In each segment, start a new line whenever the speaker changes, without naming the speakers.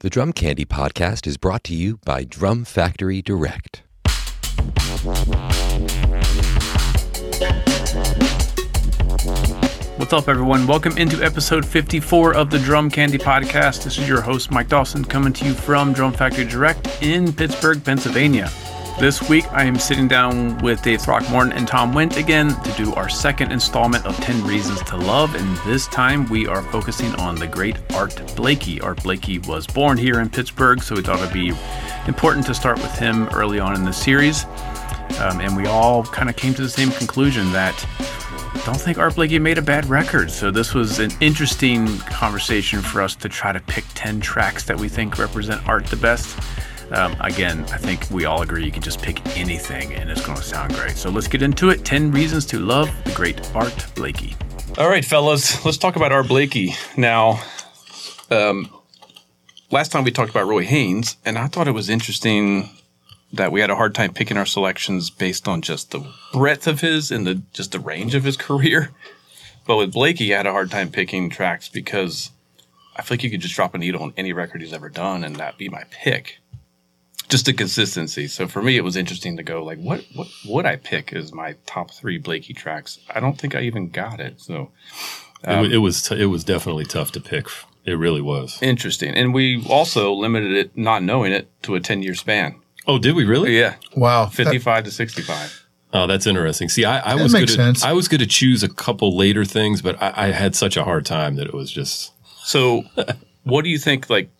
The Drum Candy Podcast is brought to you by Drum Factory Direct.
What's up, everyone? Welcome into episode 54 of the Drum Candy Podcast. This is your host, Mike Dawson, coming to you from Drum Factory Direct in Pittsburgh, Pennsylvania. This week, I am sitting down with Dave Throckmorton and Tom Wendt again to do our second installment of 10 Reasons to Love. And this time, we are focusing on the great Art Blakey. Art Blakey was born here in Pittsburgh, so we thought it'd be important to start with him early on in the series. Um, and we all kind of came to the same conclusion that don't think Art Blakey made a bad record. So this was an interesting conversation for us to try to pick 10 tracks that we think represent Art the best. Um, again, I think we all agree you can just pick anything and it's going to sound great. So let's get into it. 10 reasons to love the great Art Blakey.
All right, fellas, let's talk about Art Blakey. Now, um, last time we talked about Roy Haynes, and I thought it was interesting that we had a hard time picking our selections based on just the breadth of his and the just the range of his career. But with Blakey, I had a hard time picking tracks because I feel like you could just drop a needle on any record he's ever done, and that be my pick. Just the consistency. So for me, it was interesting to go like, what what would I pick as my top three Blakey tracks? I don't think I even got it. So
It wa- it, was t- it was definitely tough to pick. It really was.
interesting, and we also limited it, not knowing it, to a ten year span.
Oh, did we really?
Yeah,
Wow. that-
fifty five to sixty five.
Oh, that's interesting. See, I, I was
makes
gonna,
sense.
I was going to choose a couple later things, but I, I had such a hard time that it was just.
So, what do you think like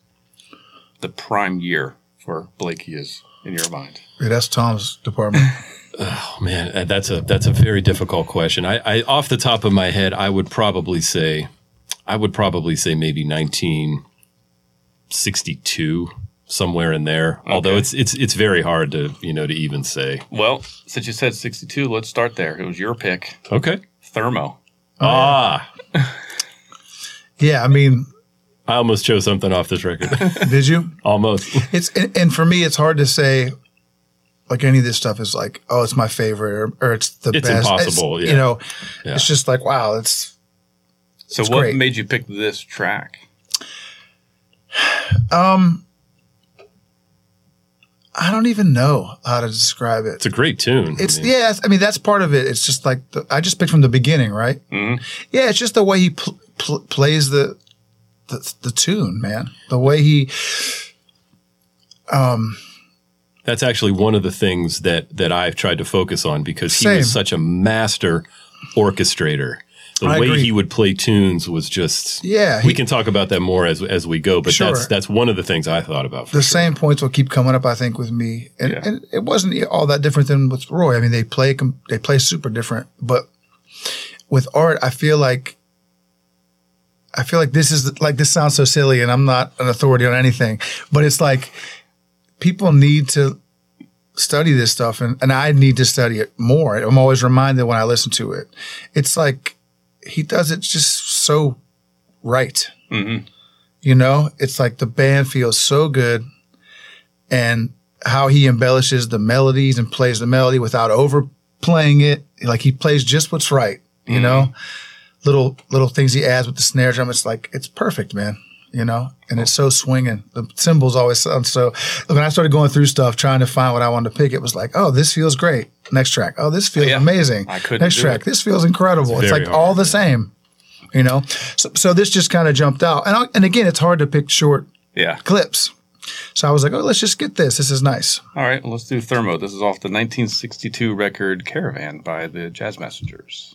the prime year for Blakey is in your mind?
yeah, that's Tom's department.
Oh man, uh, that's a that's a very difficult question. I, I off the top of my head, I would probably say, I would probably say maybe nineteen sixty two, somewhere in there. Although it's it's it's very hard to you know to even say.
Well, since you said sixty two, let's start there. It was your pick,
Okay.
Thermo.
ah,
yeah, I mean,
I almost chose something off this record.
did you?
almost.
It's and, and for me, it's hard to say. Like any of this stuff is like, oh, it's my favorite, or, or it's the
It's
best.
impossible, yeah.
You know,
Yeah.
it's just like, wow, it's.
So,
It's
what
great.
made you pick this track?
I don't even know how to describe it.
It's a great tune.
It's
I
yeah,
mean,
it's- I mean that's part of it. It's just like the, I just picked from the beginning, right?
Mm-hmm.
Mhm.
Yeah, it's just the way he pl- pl- plays the, the the tune, man. The way he
that's actually one of the things that that I've tried to focus on because he was
Same.
such a master orchestrator. The
I
way
agree.
he would play tunes was just
Yeah,
we
he-
can talk about that more as as we go, but that's
Sure.
that's one of the things I thought about.
the same points will keep coming up, I think, with me. And,
Yeah.
and it wasn't all that different than with Roy. I mean, they play com- they play super different, but with art, I feel like I feel like this is like this sounds so silly, and I'm not an authority on anything, but it's like people need to study this stuff, and and I need to study it more. I'm always reminded when I listen to it. It's like he does it just so right.
Mm-hmm.
You know, it's like the band feels so good and how he embellishes the melodies and plays the melody without overplaying it. Like he plays just what's right, you
Mm-hmm.
know? Little little things he adds with the snare drum. It's like it's perfect, man. You know, and it's so swinging. The cymbals always sound so. When I started going through stuff, trying to find what I wanted to pick, it was like, oh, this feels great. Next track. Oh, this feels
Yeah.
amazing.
I couldn't
Next
do
track.
it.
This feels incredible. It's,
very
like
hard,
all the same you know so, so this just kind of jumped out and, I, and again it's hard to pick short
Yeah.
clips so i was like oh let's just get this this is nice
All right, well, let's do Thermo. This is off the 1962 record Caravan by the Jazz Messengers.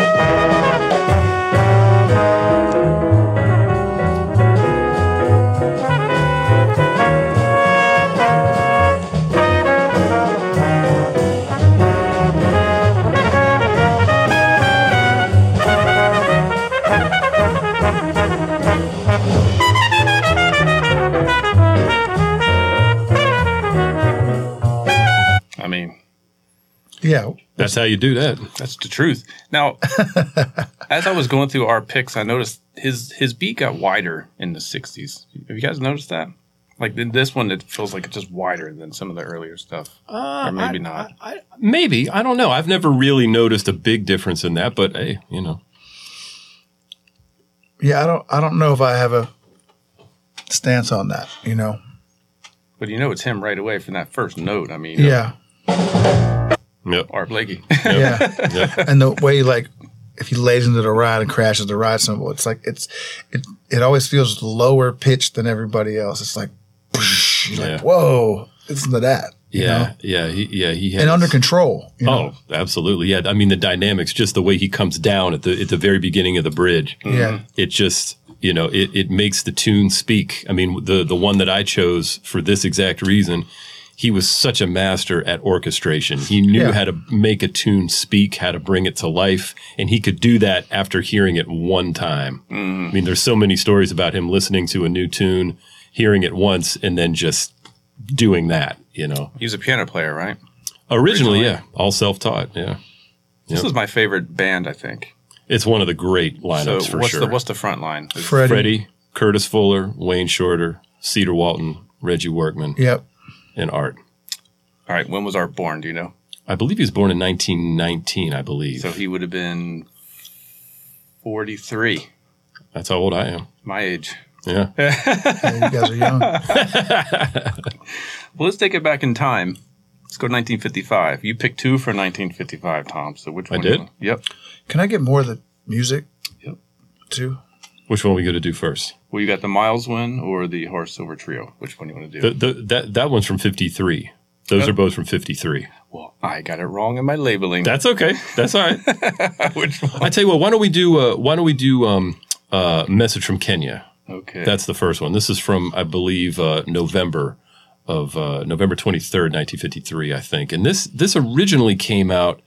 Thank
yeah,
That's how you do that.
That's the truth. Now, as I was going through our picks, I noticed his his beat got wider in the '60s. Have you guys noticed that? Like in this one, it feels like it's just wider than some of the earlier stuff, or maybe not.
Uh, I, maybe I don't know. I've never really noticed a big difference in that, but hey, you know,
yeah. I don't I don't know if I have a stance on that. You know.
but you know, it's him right away from that first note. I mean,
Yeah.
yep.
Art Blakey.
Yeah.
yep.
and the way like if he lays into the ride and crashes the ride symbol, it's like it's it it always feels lower pitched than everybody else. It's like, you're
Yeah.
like whoa, listen to that. you know?
yeah, yeah, he, yeah. He has,
And under control. you know?
Oh, absolutely. Yeah, I mean the dynamics, just the way he comes down at the at the very beginning of the bridge.
Yeah.
it just you know it, it makes the tune speak i mean the the one that i chose for this exact reason he was such a master at orchestration he knew
Yeah.
how to make a tune speak how to bring it to life and he could do that after hearing it one time
Mm-hmm.
i mean there's so many stories about him listening to a new tune hearing it once and then just doing that you know
He's a piano player, right?
originally, yeah all self-taught yeah
This is my favorite band, I think.
it's one of the great
So
lineups for
what's
sure
the what's the front line?
Freddie.
Freddie, Curtis Fuller, Wayne Shorter, Cedar Walton, Reggie Workman,
Yep.
and Art.
All right, when was Art born? Do you know?
I believe he was born in 1919. I believe
So he would have been forty-three,
that's how old I am.
my age.
Yeah,
Yeah, you guys are young.
Well, let's take it back in time. Let's go to 1955. You picked two for 1955, Tom. So which
I
one?
did?
you- Yep.
Can I get more of the music?
Yep.
Too.
which one are we going to do first?
Well, you got the Miles one or the Horace Silver Trio. Which one you want to do?
The, the, that that one's from 53. Those are both from 53.
well, I got it wrong in my labeling.
That's okay. That's all right.
which one?
I tell you what. Why don't we do? Uh, why don't we do? Um, uh, message from Kenya.
Okay.
That's the first one. This is from, I believe, uh, November of uh, November 23rd, 1953, I think. And this this originally came out.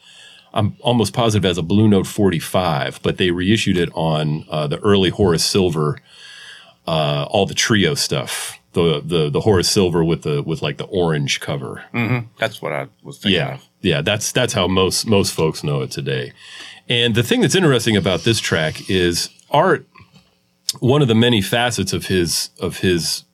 I'm almost positive as a Blue Note 45, but they reissued it on uh, the early Horace Silver, uh, all the trio stuff. The, the the Horace Silver with the with like the orange cover.
That's what I was thinking.
Yeah,
of.
yeah. That's that's how most most folks know it today. And the thing that's interesting about this track is art. One of the many facets of his of his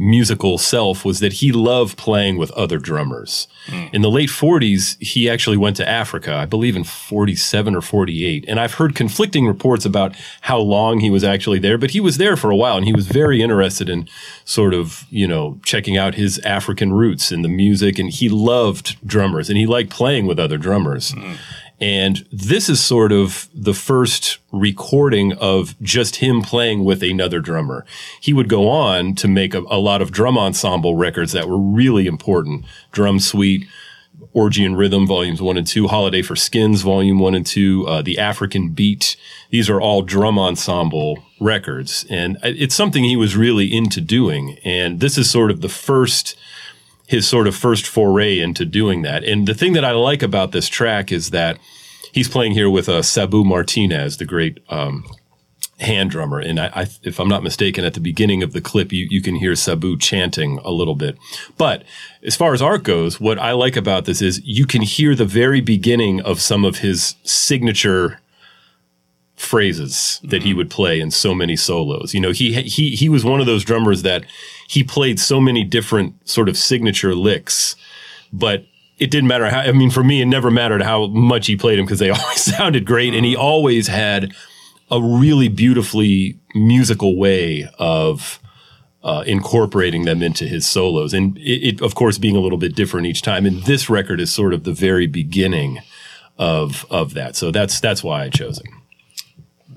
musical self was that he loved playing with other drummers. In the late 40s, he actually went to Africa, I believe in 47 or 48. And I've heard conflicting reports about how long he was actually there, but he was there for a while and he was very interested in sort of, you know, checking out his African roots and the music. And he loved drummers and he liked playing with other drummers. And this is sort of the first recording of just him playing with another drummer. He would go on to make a, a lot of drum ensemble records that were really important Drum Suite, Orgy and Rhythm, Volumes 1 and 2, Holiday for Skins, Volume 1 and 2, uh, The African Beat. These are all drum ensemble records. And it- it's something he was really into doing. And this is sort of the first his sort of first foray into doing that. And the thing that I like about this track is that he's playing here with uh, Sabu Martinez, the great um, hand drummer. And I, I, if I'm not mistaken, at the beginning of the clip, you, you can hear Sabu chanting a little bit. But as far as art goes, what I like about this is you can hear the very beginning of some of his signature phrases that he would play in so many solos. You know, he he he was one of those drummers that he played so many different sort of signature licks, but it didn't matter how. I mean, for me, it never mattered how much he played them because they always sounded great, and he always had a really beautifully musical way of uh, incorporating them into his solos, and it, it of course being a little bit different each time. And this record is sort of the very beginning of of that, so that's that's why I chose it.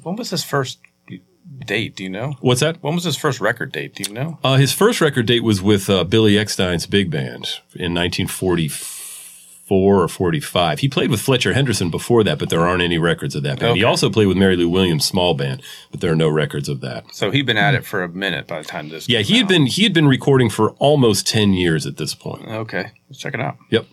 When was his first date? Do you know?
What's that?
When was his first record date? Do you know?
Uh, his first record date was with uh, Billy Eckstein's big band in 1944 or 45. He played with Fletcher Henderson before that, but there aren't any records of that band. He
Okay.
also played with Mary Lou Williams' small band, but there are no records of that.
So he'd been at it for a minute by the time this.
Yeah,
came
he had
out.
been he had been recording for almost 10 years at this point.
Okay, let's check it out.
Yep.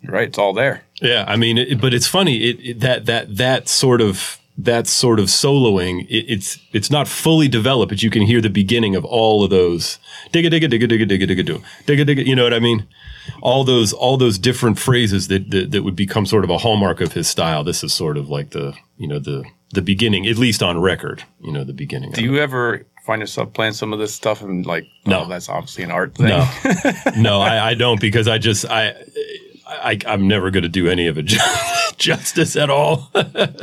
You're right. It's all there.
Yeah, I mean, it, but it's funny it, it- that that that sort of that sort of soloing. It, it's it's not fully developed, but you can hear the beginning of all of those digga digga digga digga digga digga do digga digga. You know what I mean? All those all those different phrases that, that that would become sort of a hallmark of his style. This is sort of like the you know the the beginning, at least on record. You know the beginning. of
Do you ever find yourself playing some of this stuff and like,
No.
oh, that's obviously an art thing?
No, no, I, I don't because I just I, I I'm never going to do any of it ju- justice at all.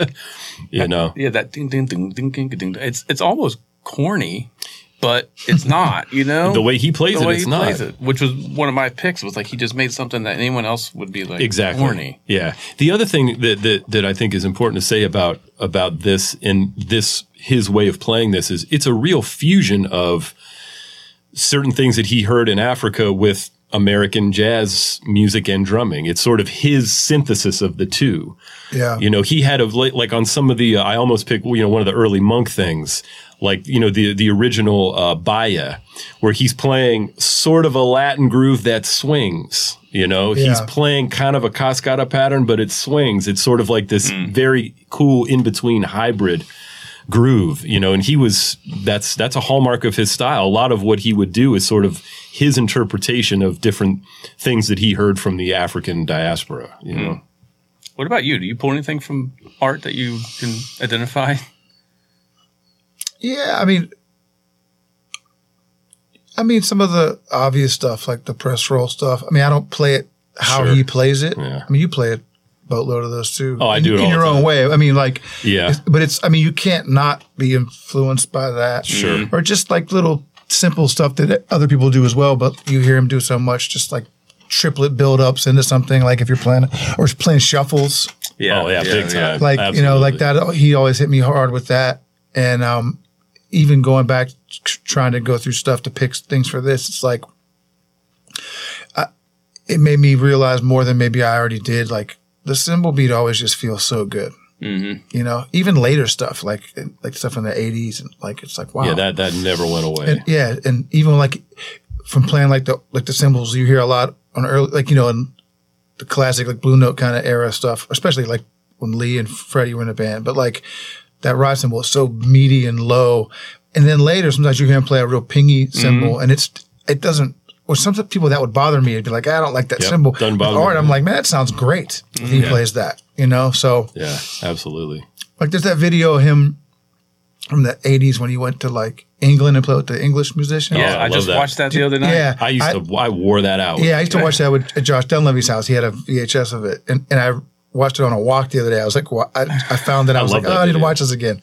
you know,
Yeah, that ding ding ding ding ding ding. ding. It's it's almost corny, but it's not. You know
the way he plays it, it's not
it, which was one of my picks. Was like he just made something that anyone else would be like
exactly
corny.
Yeah. The other thing that, that that I think is important to say about about this and this his way of playing this is it's a real fusion of certain things that he heard in Africa with American jazz music and drumming. It's sort of his synthesis of the two.
Yeah.
You know, he had of late, like on some of the, uh, I almost picked, you know, one of the early monk things, like, you know, the, the original uh, Baya, where he's playing sort of a Latin groove that swings. You know, he's
Yeah.
playing kind of a cascada pattern, but it swings. It's sort of like this very cool in between hybrid groove, you know, and he was that's that's a hallmark of his style. A lot of what he would do is sort of his interpretation of different things that he heard from the African diaspora, you know.
What about you? Do you pull anything from art that you can identify?
Oh,
Yeah, I mean, I mean some of the obvious stuff like the press roll stuff. I mean, I don't play it how
Sure.
he plays it.
Yeah.
I mean, you play it boatload of those too.
Oh, I
in,
do it
in
all
your
the
own
time.
way. I mean, like,
Yeah.
it's- but it's. I mean, you can't not be influenced by that. Sure. Or just like little simple stuff that other people do as well, but you hear him do so much, just like triplet build ups into something. Like if you're playing or playing shuffles
oh yeah, big time.
like you know like that he always hit me hard with that and um even going back tr- trying to go through stuff to pick things for this it's like I, it made me realize more than maybe i already did like the cymbal beat always just feels so good mm-hmm. you know even later stuff like like stuff in the 80s and like it's like wow
Yeah, that that never went away.
and, yeah, and even like from playing like the like the cymbals you hear a lot on early like you know in the classic like blue note kind of era stuff, especially like when Lee and Freddie were in a band. But like that ride cymbal is so meaty and low, and then later sometimes you hear him play a real pingy cymbal,
Mm-hmm.
and it's it doesn't. Or some people that would bother me. I'd be like, I don't like that
Yep,
cymbal.
doesn't
With
bother me. Mm-hmm.
art, I'm like, man, that sounds great. He plays that, you know. So
yeah, absolutely.
like there's that video of him from the 80s when he went to like England and played with the English musician.
Yeah,
Oh, I
I, just
love that.
watched that the other night.
Yeah.
I used to I wore that out.
Yeah, I used to watch that with at Josh Dunleavy's house. He had a VHS of it, and, and I watched it on a walk the other day. I was like, wa- I, I found that I was
love
like,
that
oh, I need to
video.
watch this again.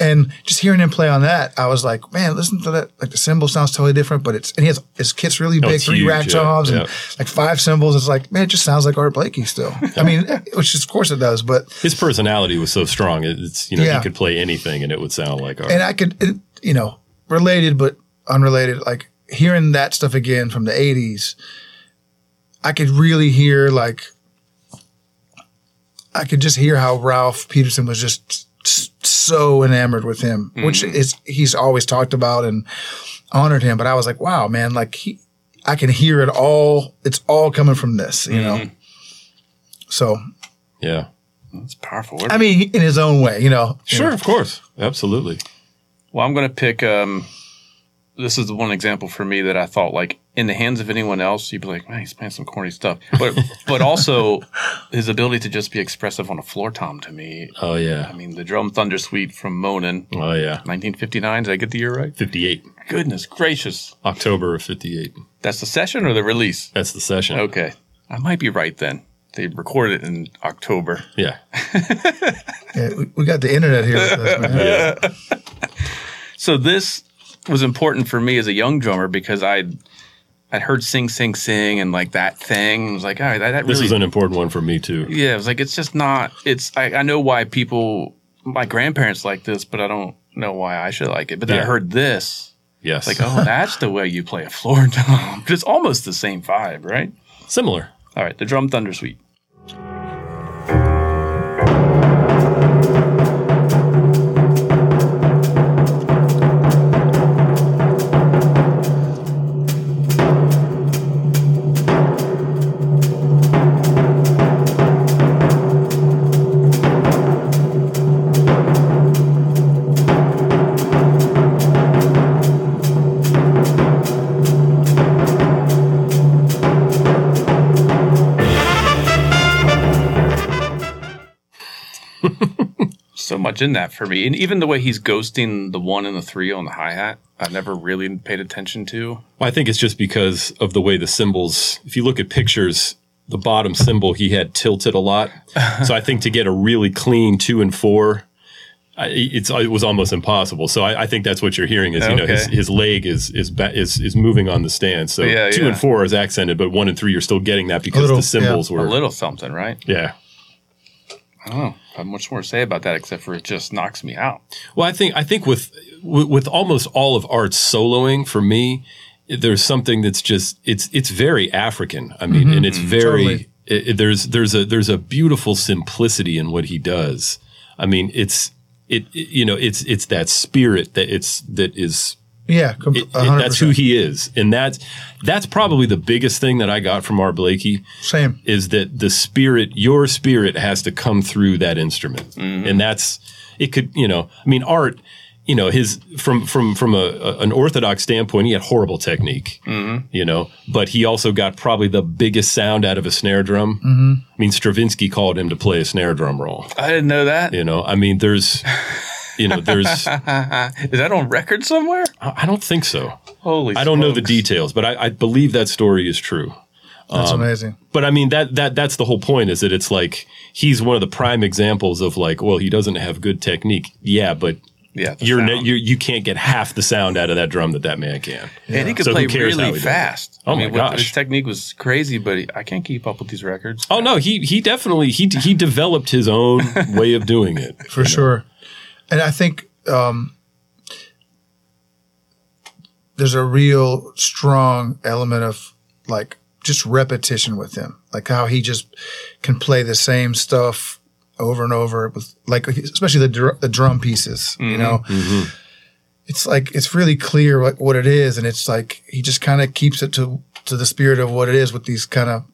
And just hearing him play on that, I was like, man, listen to that. Like the cymbal sounds totally different, but it's and he has his kit's really big,
it's
three
huge,
rack
yeah,
jobs
yeah.
and like five cymbals. It's like, man, it just sounds like Art Blakey still. I mean, which is, of course it does, but
His personality was so strong. it- It's you know
Yeah.
he could play anything and it would sound like art.
and I could, it, you know, related but unrelated, like hearing that stuff again from the 80s, I could really hear, like, I could just hear how Ralph Peterson was just s- so enamored with him, which is, he's always talked about and honored him. But I was like, wow, man, like, he, I can hear it all. It's all coming from this, you know? So,
yeah,
It's powerful.
I mean, in his own way, you know?
sure, of course, absolutely.
Well, I'm going to pick. Um, this is the one example for me that I thought, like, in the hands of anyone else, you'd be like, man, he's playing some corny stuff. But, but also his ability to just be expressive on a floor tom to me.
Oh
I
yeah,
mean, the drum thunder suite from Monin,
oh yeah.
1959. Did I get the year right?
Fifty eight
Goodness gracious.
October of fifty eight.
That's the session or the release?
That's the session.
Okay. I might be right then. They recorded it in October.
Yeah.
Yeah, we, we got the internet here with us, man.
So this was important for me as a young drummer because I'd I'd heard sing sing sing and like that thing. I was like, all right, that, that
This
really
is an important one for me too.
yeah. I was like, it's just not. It's I, I know why people my grandparents like this, but I don't know why I should like it. But then I
Yeah.
heard this.
Yes.
Like, oh, that's the way you play a floor tom. 'Cause It's almost the same vibe, right?
Similar.
All right, the drum thunder suite. So much in that for me, and even the way he's ghosting the one and the three on the hi hat, I've never really paid attention to.
Well, I think it's just because of the way the symbols, if you look at pictures, the bottom symbol he had tilted a lot. so I think to get a really clean two and four, I, it's it was almost impossible. So I, I think that's what you're hearing is you know his,
Okay.
his leg is is ba- is is moving on the stand. So
Yeah,
two
yeah.
and four is accented, but one and three you're still getting that because
little,
the symbols
A
were
little something, right?
yeah.
I don't know. I have much more to say about that, except for it just knocks me out.
Well, I think I think with with with almost all of art soloing for me, there's something that's just it's it's very African. I mean, and it's very
totally.
it- it- there's there's a there's a beautiful simplicity in what he does. I mean, it's it, it- you know it's it's that spirit that it's that is
Yeah, com-
it, it-
100%.
that's who he is, and that's that's probably the biggest thing that I got from R. Blakey
Same.
is that the spirit, your spirit, has to come through that instrument, and that's it. Could you know? I mean, art. You know, his from from from a, a- an orthodox standpoint, he had horrible technique. You know, but he also got probably the biggest sound out of a snare drum. I mean, Stravinsky called him to play a snare drum roll.
I didn't know that. Is
You know, I mean, there's, you know, there's. I
that on record somewhere?
I don't think so.
Holy,
I don't know the
smokes.
details, but I, I believe that story is true.
That's
Um,
amazing.
but I mean that that that's the whole point is that it's like he's one of the prime examples of like well he doesn't have good technique yeah but
Yeah, the
you're,
sound.
ne- you're you can't get half the sound out of that drum that that man can
and he could
So who
play
cares how he
really
does it?
fast.
Oh
I mean,
my
what-
gosh.
his technique was crazy, but he, I can't keep up with these records.
oh no he he definitely he he developed his own way of doing it
for sure. And I think um, there's a real strong element of like just repetition with him, like how he just can play the same stuff over and over with like especially the dr- the drum pieces,
Mm-hmm.
you know. It's like it's really clear what, what it is, and it's like he just kind of keeps it to to the spirit of what it is with these kind of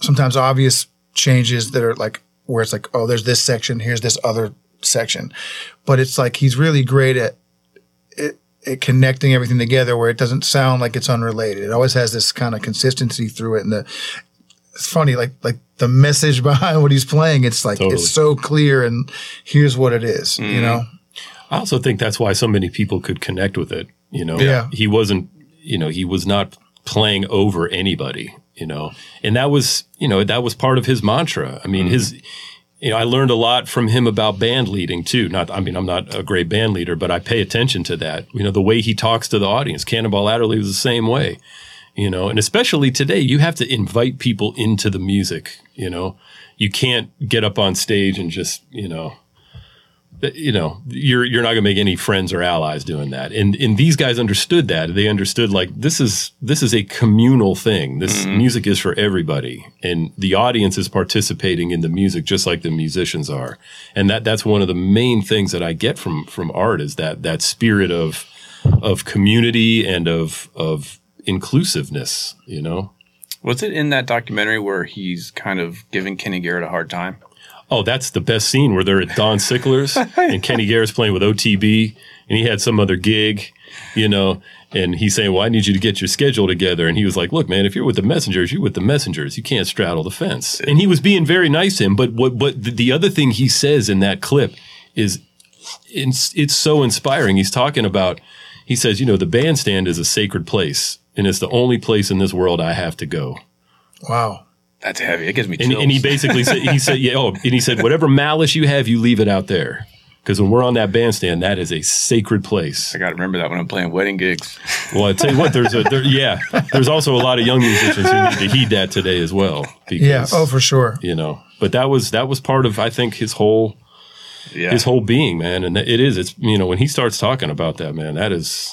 sometimes obvious changes that are like where it's like oh there's this section here's this other section but it's like he's really great at it, it connecting everything together where it doesn't sound like it's unrelated it always has this kind of consistency through it and the it's funny like like the message behind what he's playing it's like
Totally.
it's so clear and here's what it is, you know
I also think that's why so many people could connect with it you know
Yeah.
he wasn't you know he was not playing over anybody you know and that was you know that was part of his mantra I mean his you know, I learned a lot from him about band leading too. Not, I mean, I'm not a great band leader, but I pay attention to that. You know, the way he talks to the audience. Cannonball Adderley was the same way. You know, and especially today, you have to invite people into the music. You know, you can't get up on stage and just, you know, th- you know, you're you're not going to make any friends or allies doing that. And and these guys understood that. They understood like this is this is a communal thing. This music is for everybody, and the audience is participating in the music just like the musicians are. And that that's one of the main things that I get from from art is that that spirit of of community and of of inclusiveness. You know.
Was it in that documentary where he's kind of giving Kenny Garrett a hard time?
Oh, that's the best scene where they're at Don Sickler's and Kenny Garrett's playing with OTB and he had some other gig, you know, and he's saying, Well, I need you to get your schedule together. And he was like, Look, man, if you're with the messengers, you're with the messengers. You can't straddle the fence. And he was being very nice to him. But what, but the, the other thing he says in that clip is it's, it's so inspiring. He's talking about, he says, You know, the bandstand is a sacred place and it's the only place in this world I have to go
wow
That's heavy. It gives me
And,
chills.
and he basically said, he said, yeah, oh, and he said, whatever malice you have, you leave it out there. Because when we're on that bandstand, that is a sacred place.
I got to remember that when I'm playing wedding gigs.
Well, I tell you what, there's a, there, yeah, there's also a lot of young musicians who need to heed that today as well. Because,
Yeah. Oh, for sure.
you know, but that was, that was part of, I think, his whole,
Yeah.
his whole being, man. And it is, it's, you know, when he starts talking about that, man, that is,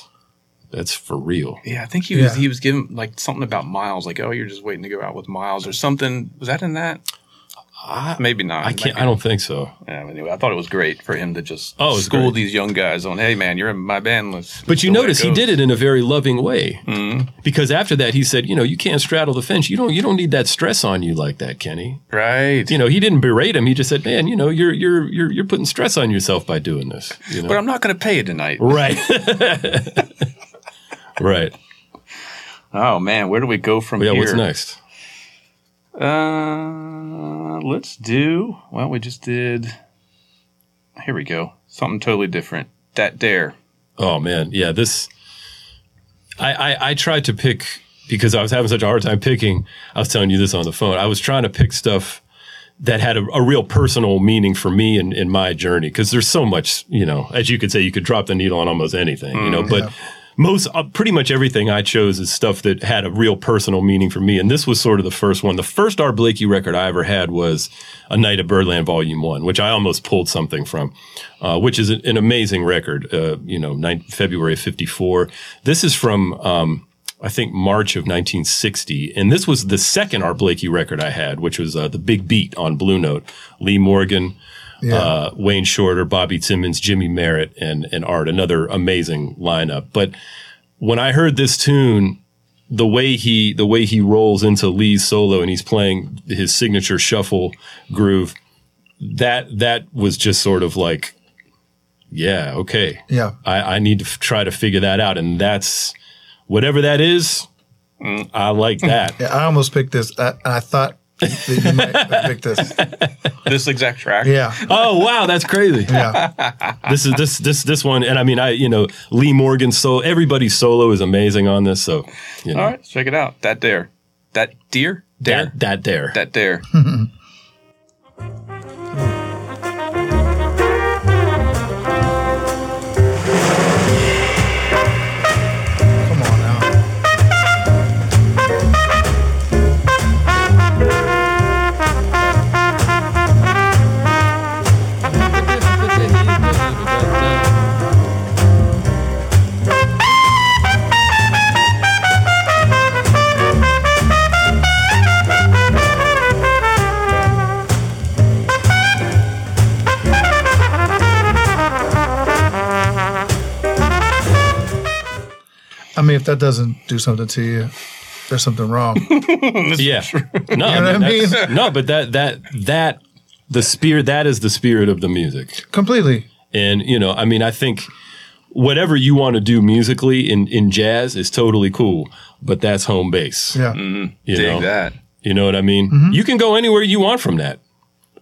that's for real.
yeah, I think he was
Yeah.
he was giving like something about Miles, like oh, you're just waiting to go out with Miles or something. Was that in that? Maybe not.
I
It might
can't,
be.
I don't think so.
Yeah, anyway, I thought it was great for him to just
Oh, it was
school
great.
these young guys on, hey man, you're in my band. Let's,
But you notice he did it Mm-hmm. in a very loving way, because after that he said, you know, you can't straddle the fence. You don't, you don't need that stress on you like that, Kenny.
right.
You know, he didn't berate him. He just said, man, you know, you're you're you're you're putting stress on yourself by doing this. You know,
but I'm not going to pay you tonight.
right, right.
Oh man, where do we go from
Oh, Yeah,
here?
what's next?
Uh, let's do. Well, we just did. Here we go. Something totally different. That dare.
Oh man, yeah. This, I, I I tried to pick because I was having such a hard time picking. I was telling you this on the phone. I was trying to pick stuff that had a, a real personal meaning for me and in my journey because there's so much. You know, as you could say, you could drop the needle on almost anything. you know, but. Most, uh, pretty much everything I chose is stuff that had a real personal meaning for me, and this was sort of the first one. The first R. Blakey record I ever had was "A Night at Birdland" Volume One, which I almost pulled something from uh, which is an, an amazing record. Uh, you know, nine, February of '54. This is from um, I think March of 1960, and this was the second Art Blakey record I had, which was uh, the Big Beat on Blue Note. Lee Morgan, uh, Wayne Shorter, Bobby Timmons, Jimmy Merritt, and and Art. Another amazing lineup. But when I heard this tune, the way he the way he rolls into Lee's solo and he's playing his signature shuffle groove, that that was just sort of like, yeah, okay,
Yeah.
I, I need to f- try to figure that out, and that's whatever that is. I like that.
Yeah. I almost picked this. I, I thought that you might have picked this.
This exact track.
Yeah.
Oh wow, that's crazy.
Yeah.
this is this this this one, and I mean, I you know Lee Morgan solo. Everybody's solo is amazing on this. So, you know,
All right, let's check it out. That dare. That deer. Dare.
that that there.
That dare.
Come on now. I mean, if that doesn't do something to you, there's something wrong.
yeah. No,
You know what I mean?
that's- no, but that that that the spirit that is the spirit of the music.
Completely.
And you know, I mean, I think whatever you want to do musically in in jazz is totally cool, but that's home base.
Yeah. Mm-hmm.
You
Dig
know,
that.
you know what I mean. You can go anywhere you want from that,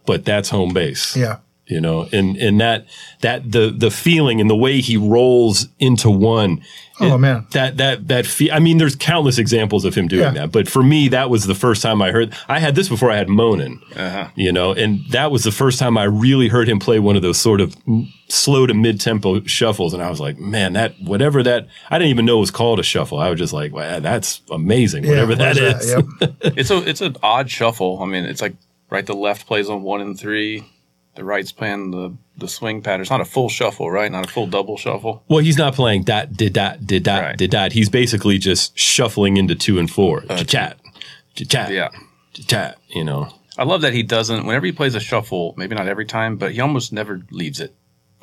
but that's home base.
Yeah.
You know, and and that that the the feeling and the way he rolls into one.
Oh man.
That that that fe- I mean, there's countless examples of him doing
Yeah.
that, but for me, that was the first time I heard. I had this before I had Monin,
Uh-huh.
you know, and that was the first time I really heard him play one of those sort of m- slow to mid tempo shuffles, and I was like, man, that whatever that I didn't even know it was called a shuffle. I was just like, wow, that's amazing,
Yeah,
whatever
what
that is.
Yep.
It's a it's an odd shuffle. I mean, it's like right to left plays on one and three. The right's playing the the swing pattern. It's not a full shuffle, right? Not a full double shuffle.
Well, he's not playing dot did dot did dot
Right. Uh,
did dot. He's basically just shuffling into two and four, chat, chat,
Yeah.
chat. You know,
I love that he doesn't. Whenever he plays a shuffle, maybe not every time, but he almost never leaves it.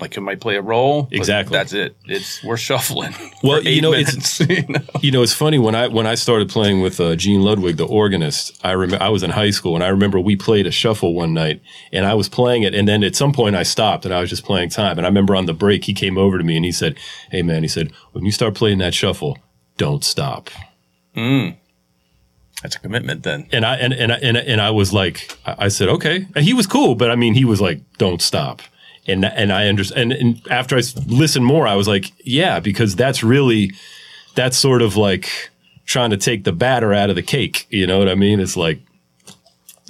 Like he might play a roll. but
Exactly.
That's it. It's we're shuffling.
Well,
for
you
eight
know,
minutes,
it's-
you know?
You know, it's funny when I when I started playing with uh, Gene Ludwig, the organist. I remember I was in high school, and I remember we played a shuffle one night, and I was playing it, and then at some point I stopped, and I was just playing time. And I remember on the break, he came over to me and he said, "Hey, man," he said, "when you start playing that shuffle, don't stop."
that's a commitment. Then
And I and and I- and, I- and I was like, I I said, "Okay," and he was cool, but I mean, he was like, "Don't stop." And, and I understand. And, and after I s- listened more, I was like, yeah, because that's really that's sort of like trying to take the batter out of the cake. You know what I mean? It's like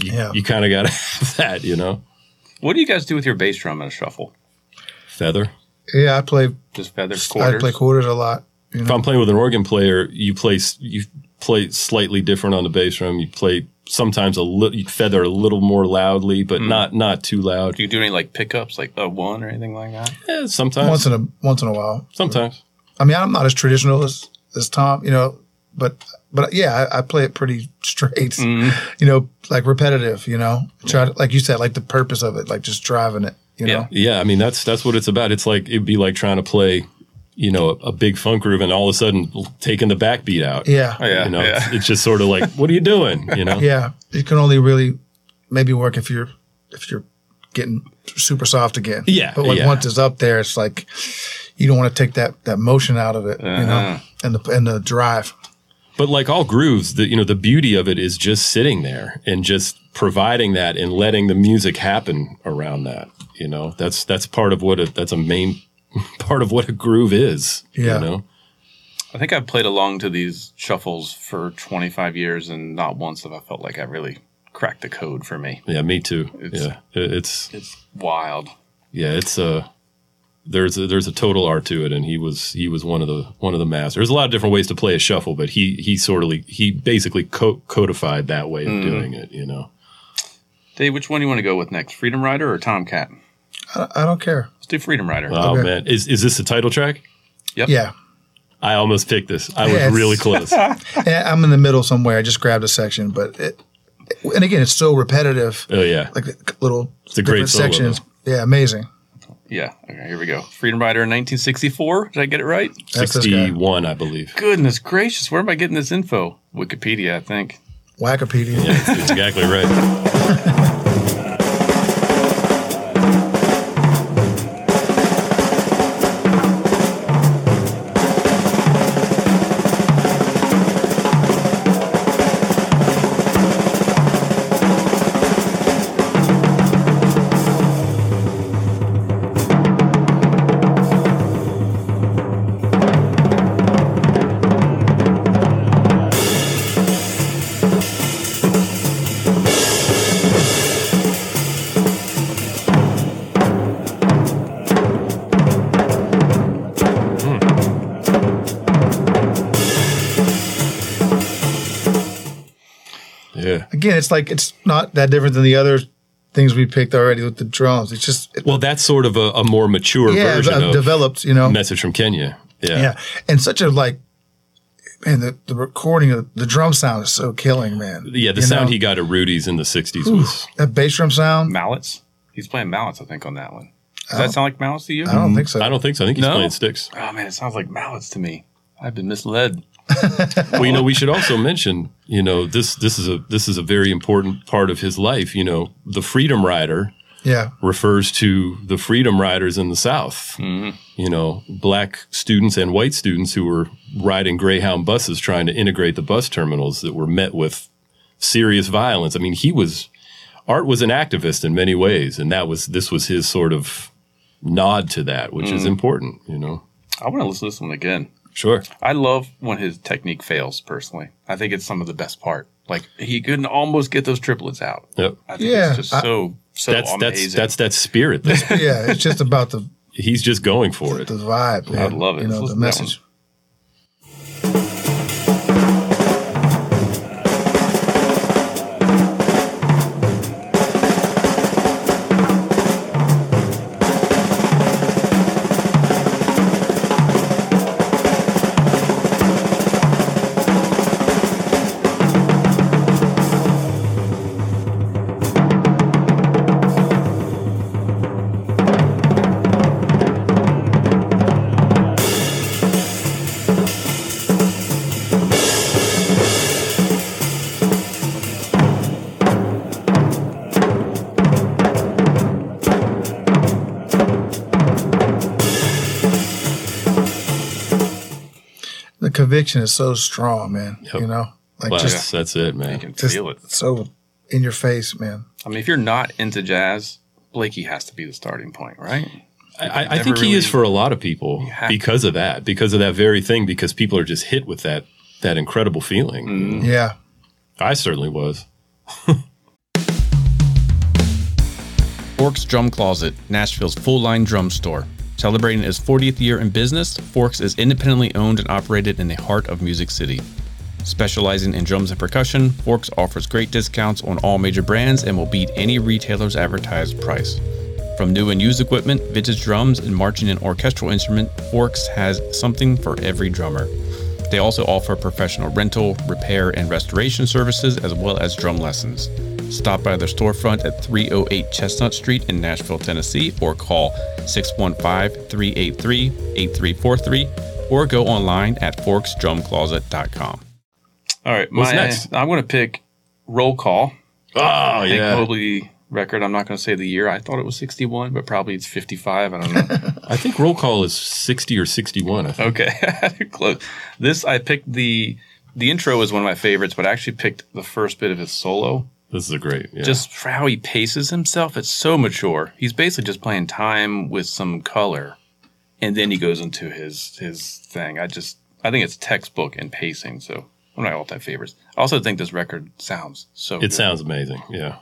You,
Yeah.
you kind of got to have that, you know?
What do you guys do with your bass drum in a shuffle?
Feather.
Yeah, I play
Just feathers,
I
quarters.
play quarters a lot. You
If
know,
I'm playing with an organ player, you play s- you play slightly different on the bass drum. You play sometimes a little feather a little more loudly,
Hmm.
but not not too loud.
do you do any like pickups, like a one or anything like that?
Eh, sometimes,
once in a once in a while.
sometimes.
I mean, I'm not as traditional as as Tom, you know, but but yeah, I, I play it pretty straight.
Mm-hmm.
You know, like repetitive. You know, try to, like you said, like the purpose of it, like just driving it. You
Yeah.
know,
Yeah, I mean that's that's what it's about. It's like it'd be like trying to play, you know, a, a big funk groove, and all of a sudden taking the backbeat out.
yeah, Oh, yeah.
Yeah,
you know,
yeah.
it's, it's just sort of like, what are you doing? You know,
You can only really maybe work if you're if you're getting super soft again.
Yeah,
but like
yeah.
once it's up there, it's like you don't want to take that that motion out of it. You
Uh-huh.
know, and the and the drive.
But like all grooves, the you know the beauty of it is just sitting there and just providing that and letting the music happen around that. You know, that's that's part of what a that's a main part of what a groove is.
Yeah.
You know,
I think I've played along to these shuffles for 25 years, and not once have I felt like I really cracked the code for me.
yeah, me too.
It's-
yeah, It- it's
It's wild.
yeah, it's uh there's a, there's a total art to it, and he was he was one of the one of the masters. There's a lot of different ways to play a shuffle, but he he sort of he basically co- codified that way of doing it. You know,
Dave, which one do you want to go with next? Freedom Rider or Tomcat?
I, I don't care.
Let's do Freedom Rider.
oh
Okay.
man, is is this the title track?
Yeah.
I almost picked this. I
Yes.
was really close. Oh,
Yeah, I'm in the middle somewhere. I just grabbed a section, but it, and again, it's so repetitive,
Oh yeah,
like little
It's a great
different
solo,
sections. Yeah, amazing.
yeah. Okay, here we go. Freedom Rider in 1964. Did I get it right?
That's this guy.
sixty-one, I believe.
Goodness gracious, where am I getting this info? Wikipedia, I think.
Wikipedia.
Yeah, that's exactly right. Yeah.
Again, it's like it's not that different than the other things we picked already with the drums. It's just it,
Well, that's sort of a, a more mature
yeah, I've,
version
I've
of
developed, you know.
Message from Kenya. Yeah.
Yeah, and such a like, man, the, the recording of the drum sound is so killing, man.
Yeah, the
You
sound
know?
he got at Rudy's in the '60s was
that bass drum sound.
Mallets. He's playing mallets, I think, on that one. Does
Oh.
that sound like mallets to you?
I don't think
Mm-hmm.
so.
I don't think so. I think he's
No?
playing sticks.
Oh man, it sounds like mallets to me. I've been misled.
Well, you know, we should also mention, you know, this this is a this is a very important part of his life. You know, the Freedom Rider
yeah,
refers to the Freedom Riders in the South.
Mm-hmm.
You know, black students and white students who were riding Greyhound buses trying to integrate the bus terminals that were met with serious violence. I mean, he was Art was an activist in many ways, and that was this was his sort of nod to that, which
Mm.
is important. You know,
I want to listen to this one again.
sure.
I love when his technique fails. Personally, I think it's some of the best part. Like he couldn't almost get those triplets out.
Yep.
I think
Yeah,
it's just
I-
so so
That's that's
amazing.
that's that spirit. That's,
yeah. It's just about the
he's just going for it.
the vibe. Man.
love it.
You know,
Let's
the
listen to that
message. The conviction is so strong, man. You know, like
But
just
that's, that's it,
you
man.
can
just
feel it.
so in your face, man.
I mean, if you're not into jazz, Blakey has to be the starting point, right?
I, I
never
think he
really-
is for a lot of people
have
because of that, because of that very thing, because people are just hit with
Mm-hmm.
that that incredible feeling.
Yeah.
I certainly was.
Forks Drum Closet, Nashville's full line drum store. Celebrating its 40th year in business, Forks is independently owned and operated in the heart of Music City. Specializing in drums and percussion, Forks offers great discounts on all major brands and will beat any retailer's advertised price. From new and used equipment, vintage drums, and marching and orchestral instrument, Forks has something for every drummer. They also offer professional rental, repair, and restoration services as well as drum lessons. Stop by their storefront at 308 Chestnut Street in Nashville, Tennessee, or call 615 383 8343 or go online at forksdrumcloset.com. All right,
What's
my-
next?
I'm going to pick Roll Call.
Oh
Hank
yeah,
Mobley record. I'm not going to say the year. I thought it was 61, but probably it's 55. I don't know.
I think roll call is sixty or sixty-one. I think.
Okay, close. This I picked the the intro is one of my favorites, but I actually picked the first bit of his solo
This is a great. Yeah.
just for how he paces himself. It's so mature. He's basically just playing time with some color, and then he goes into his his thing. I just I think it's textbook and pacing. So one of my all time favorites. I also think this record sounds so.
it sounds amazing. Yeah.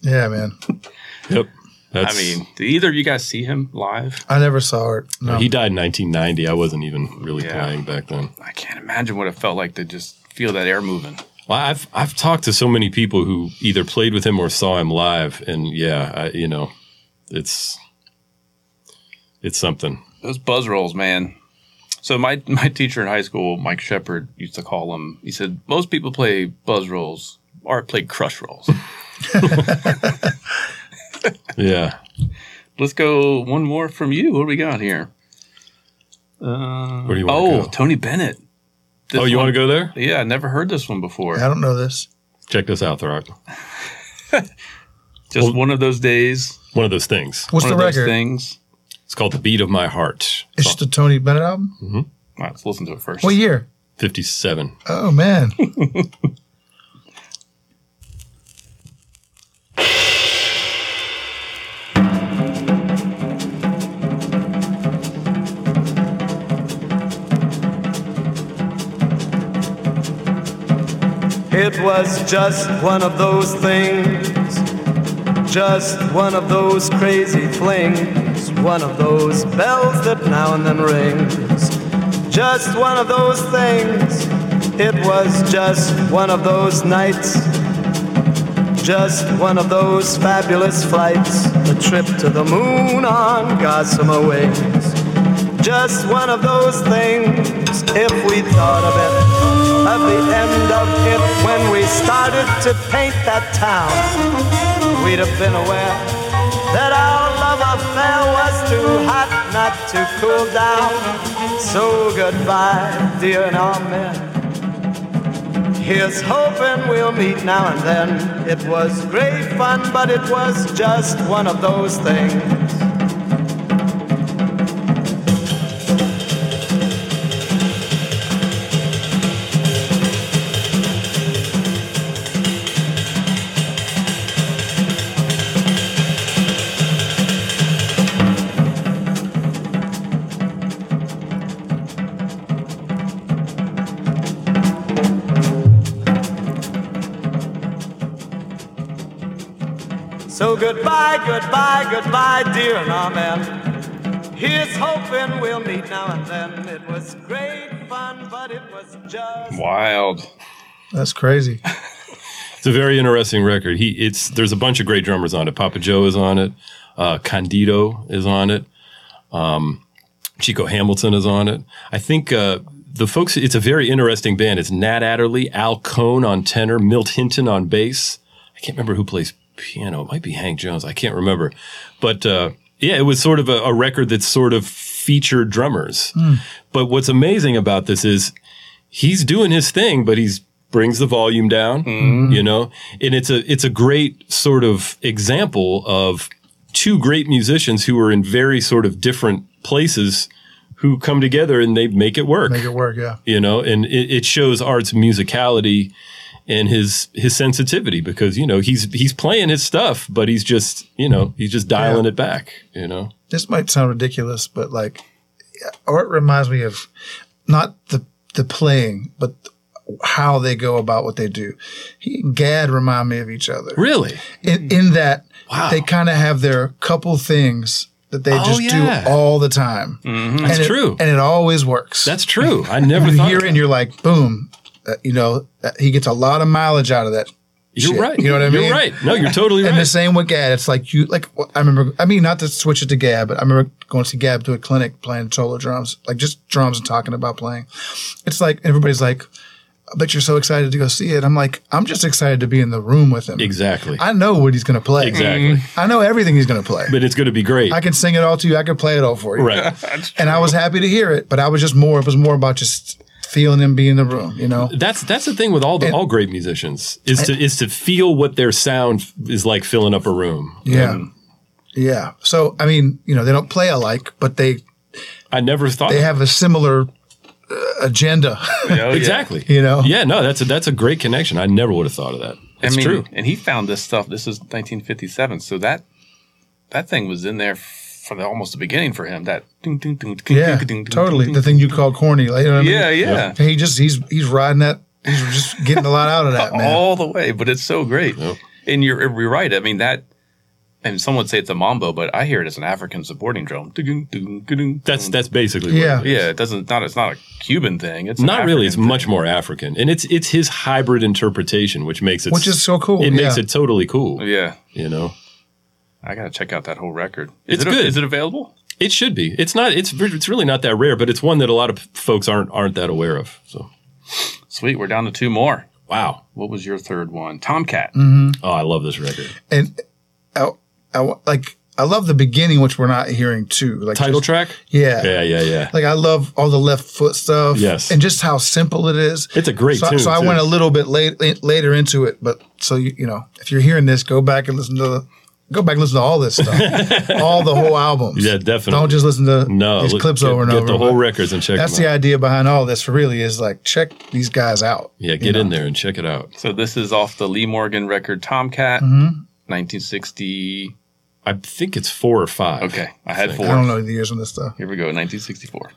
Yeah, man.
Yep. That's,
I mean, do either of you guys see him live?
I never saw it. No.
he died in 1990. I wasn't even really
um, Yeah.
playing back then.
I can't imagine what it felt like to just feel that air moving.
Well, I've I've talked to so many people who either played with him or saw him live, and yeah, I, you know, it's it's something.
Those buzz rolls, man. So my my teacher in high school, Mike Shepard, used to call them. He said most people play buzz rolls. Art played crush rolls.
Yeah.
Let's go one more from you. What do we got here? Uh,
Where do you wanna
oh,
go?
Tony Bennett. This
oh, you want to go there?
one- Yeah, I never heard this one before.
I don't know this.
Check this out, Throck.
Just one of those days.
One of those things.
What's
one
the
of those
record?
things.
It's called "The Beat of My Heart."
It's just a Tony Bennett album.
All right, let's listen to it first.
What year?
57.
Oh man.
It was just one of those things, just one of those crazy flings, one of those bells that now and then rings, just one of those things. It was just one of those nights, just one of those fabulous flights, a trip to the moon on gossamer wings. Just one of those things, if we thought of it, of the end of it when we started to paint that town, we'd have been aware that our love affair was too hot not to cool down. So goodbye, dear and amen. Here's hoping we'll meet now and then. It was great fun, but it was just one of those things. So goodbye, goodbye, goodbye, dear and amen. Here's hoping we'll meet now and then. It was great fun, but it was just.
Wild.
That's crazy.
It's a very interesting record. He it's there's a bunch of great drummers on it. Papa Joe is on it. Uh, Candido is on it. Um, Chico Hamilton is on it. I think uh, the folks. It's a very interesting band. It's Nat Adderley, Al Cohn on tenor, Milt Hinton on bass. I can't remember who plays piano. It might be Hank Jones. I can't remember. But uh, yeah, it was sort of a, a record that sort of featured drummers.
Hmm.
But what's amazing about this is he's doing his thing, but he's brings the volume down,
Hmm.
you know, and it's a it's a great sort of example of two great musicians who are in very sort of different places who come together and they make it work,
Make it work, yeah.
you know, and it, it shows Art's musicality and his his sensitivity because you know he's he's playing his stuff, but he's just you know he's just dialing it back, you know.
this might sound ridiculous, but like art reminds me of not the the playing, but how they go about what they do. He and Gad remind me of each other.
Really,
In, in that
Wow.
they kind of have their couple things that they
Oh,
just
yeah. Mm-hmm.
do all the time. That's and it,
true.
and it always works.
that's true. I never
you
thought.
hear it and
you're,
you're like, boom. Uh, you know, uh, he gets a lot of mileage out of that. shit.
right.
You know what I mean?
You're right. No, you're totally right.
And the same with Gad. It's like you like I remember. I mean, not to switch it to Gab, but I remember going to see Gab to a clinic playing solo drums, like just drums and talking about playing. It's like everybody's like, "I bet you're so excited to go see it." I'm like, I'm just excited to be in the room with him.
exactly.
I know what he's going to play.
Exactly.
I know everything he's going to play.
But it's going to be great.
I can sing it all to you. I can play it all for you.
right.
And I was happy to hear it, but I was just more. It was more about just feeling him be in the room. You know.
That's that's the thing with all the, all great musicians is to is to feel what their sound is like filling up a room.
Yeah. yeah. So I mean, you know, they don't play alike, but they
I never thought
they have a similar uh, agenda.
Oh, yeah.
exactly.
You know?
Yeah, no, that's a that's a great connection. I never would have thought of that. It's
I mean,
true.
And he found this stuff. This is 1957, so that that thing was in there for the, almost the beginning for him. That ding, ding, ding, ding, ding,
yeah,
ding, ding,
totally.
ding,
The
ding.
thing you call corny, like, you know what I mean?
Yeah, yeah,
He just he's he's riding that. He's just getting a lot out of that man.
all the way. But it's so great. And you're, you're right. I mean that. And some would say it's a mambo, but I hear it as an African supporting drum. Ding, ding, ding, ding.
That's that's basically what
Yeah.
it is.
yeah. It doesn't not it's not a Cuban thing. It's an
Not really. It's
African
much more African, and it's it's his hybrid interpretation, which makes it
Which is so cool,
It makes
yeah.
it totally cool.
thing. Yeah,
You know,
I gotta check out that whole record. Is
It's
it a-
good.
is it available?
it should be. It's not. It's re- it's really not that rare, but it's one that a lot of folks aren't aren't that aware of. So
Sweet. We're down to two more.
wow.
What was your third one? Tomcat.
Oh, I love this record.
And I, I wa- like I love the beginning, which we're not hearing too. Like
Title
just-
track.
Yeah.
Yeah, yeah, yeah.
Like I love all the left foot stuff.
Yes.
And just how simple it is.
It's a great
so,
tune,
So I
too.
went a little bit late, late- later into it, but so you you know if you're hearing this, go back and listen to the. Go back and listen to all this stuff, all the whole albums.
Yeah, definitely.
Don't just listen to
No,
these
look-
clips
get-
over and
get
over.
the whole
but
records and check
That's
them
the
out.
idea behind all this. Really, is like check these guys out.
Yeah, get in there and check it out.
So this is off the Lee Morgan record Tomcat,
Mm-hmm.
1960.
I think it's four or five.
Okay, I had
I don't
four.
know the years on this stuff.
Here we go, 1964.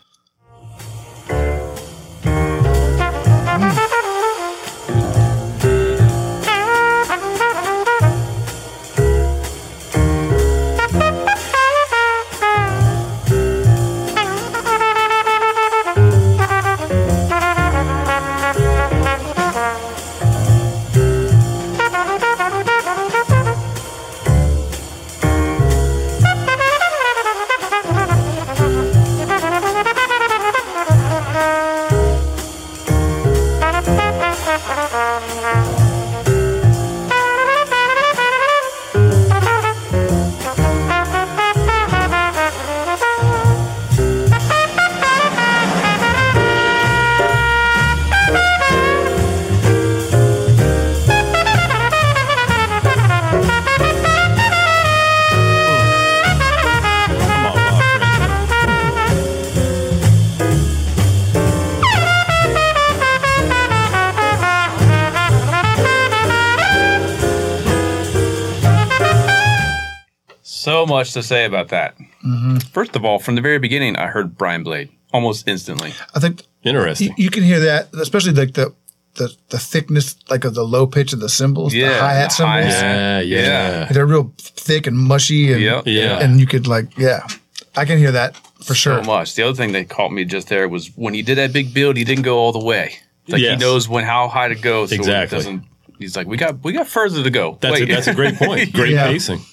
So much to say about that.
Mm-hmm.
First of all, from the very beginning, I heard Brian Blade almost instantly.
I think you,
Interesting.
you can hear that, especially like the the, the thickness, like of the low pitch of the cymbals, the
Yeah,
hi hat
the
cymbals.
hi-hat.
Yeah, yeah.
They're real thick and mushy, and
Yep.
Yeah.
and you could like, yeah, I can hear that for sure.
So much. The other thing that caught me just there was when he did that big build, he didn't go all the way. Like he
Yes.
knows when how high to go. So
Exactly.
It doesn't He's like, we got we got further to go.
That's a,
Wait.
that's a great point. Great
Yeah.
pacing.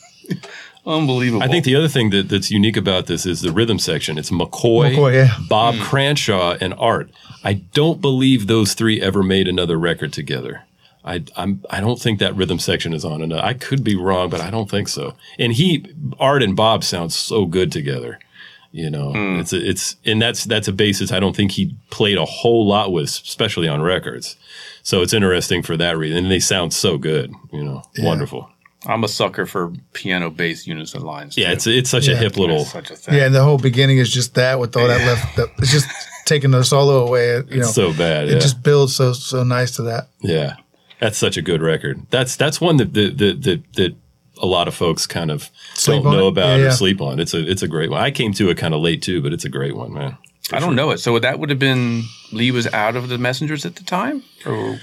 unbelievable.
I think the other thing that, that's unique about this is the rhythm section. It's McCoy,
McCoy, yeah.
Bob Cranshaw, and Art. I don't believe those three ever made another record together. I I'm, I don't think that rhythm section is on another. I could be wrong, but I don't think so. And he Art and Bob sound so good together. You know, it's a, it's and that's that's a basis I don't think he played a whole lot with, especially on records. So it's interesting for that reason. And they sound so good. You know, wonderful.
I'm a sucker for piano bass units and lines.
Yeah,
too.
it's it's such a hip little.
It's such a thing.
Yeah, and the whole beginning is just that with all that left. That, it's just taking the solo away. You know,
so bad.
it
yeah.
just builds so so nice to that.
Yeah, that's such a good record. That's that's one that that that, that, that a lot of folks kind of
Sleep
don't
on
know
it?
about
Yeah,
or
yeah.
sleep on. It's a it's a great one. I came to it kind of late too, but it's a great one, man.
I don't know it. So that would have been Lee was out of the Messengers at the time, or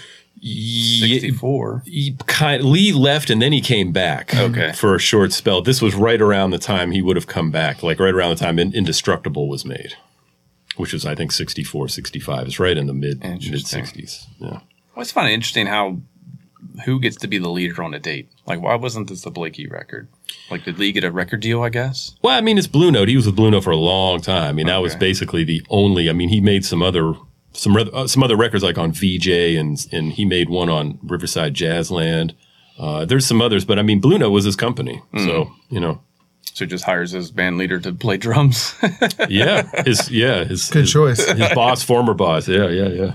Yeah,
64.
he kind Lee left and then he came back.
Okay.
for a short spell. This was right around the time he would have come back, like right around the time In- Indestructible was made, which was I think 64, 65. It's right in the mid mid
Interesting.
60s. Yeah.
Well, it's kind of interesting how who gets to be the leader on a date. Like, why wasn't this the Blakey record? Like, did Lee get a record deal? I guess.
Well, I mean, it's Blue Note. He was with Blue Note for a long time. I mean, that was
Okay.
basically the only. I mean, he made some other some reth- uh, some other records like on VJ and and he made one on Riverside Jazzland. Uh, there's some others, but I mean, Blue Note was his company,
Hmm.
so you know,
So he just hires his band leader to play drums.
yeah, his yeah his
Good
his,
choice.
his boss, former boss, yeah, yeah, yeah.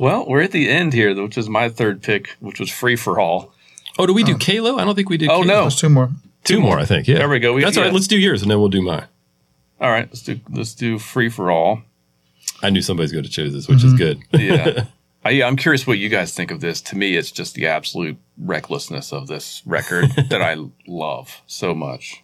well, we're at the end here, which is my third pick, which was Free for All.
Oh, do we do Kalo? I don't think we did.
Oh,
Kalo.
no.
There's two more.
two more, I think. Yeah,
There we go. We-
That's all right.
yeah.
Let's do yours, and then we'll do mine.
All right, let's do let's do Free for All.
I knew somebody's going to choose this,
Mm-hmm.
which is good.
Yeah. I, yeah, I'm curious what you guys think of this. To me, it's just the absolute recklessness of this record that I love so much.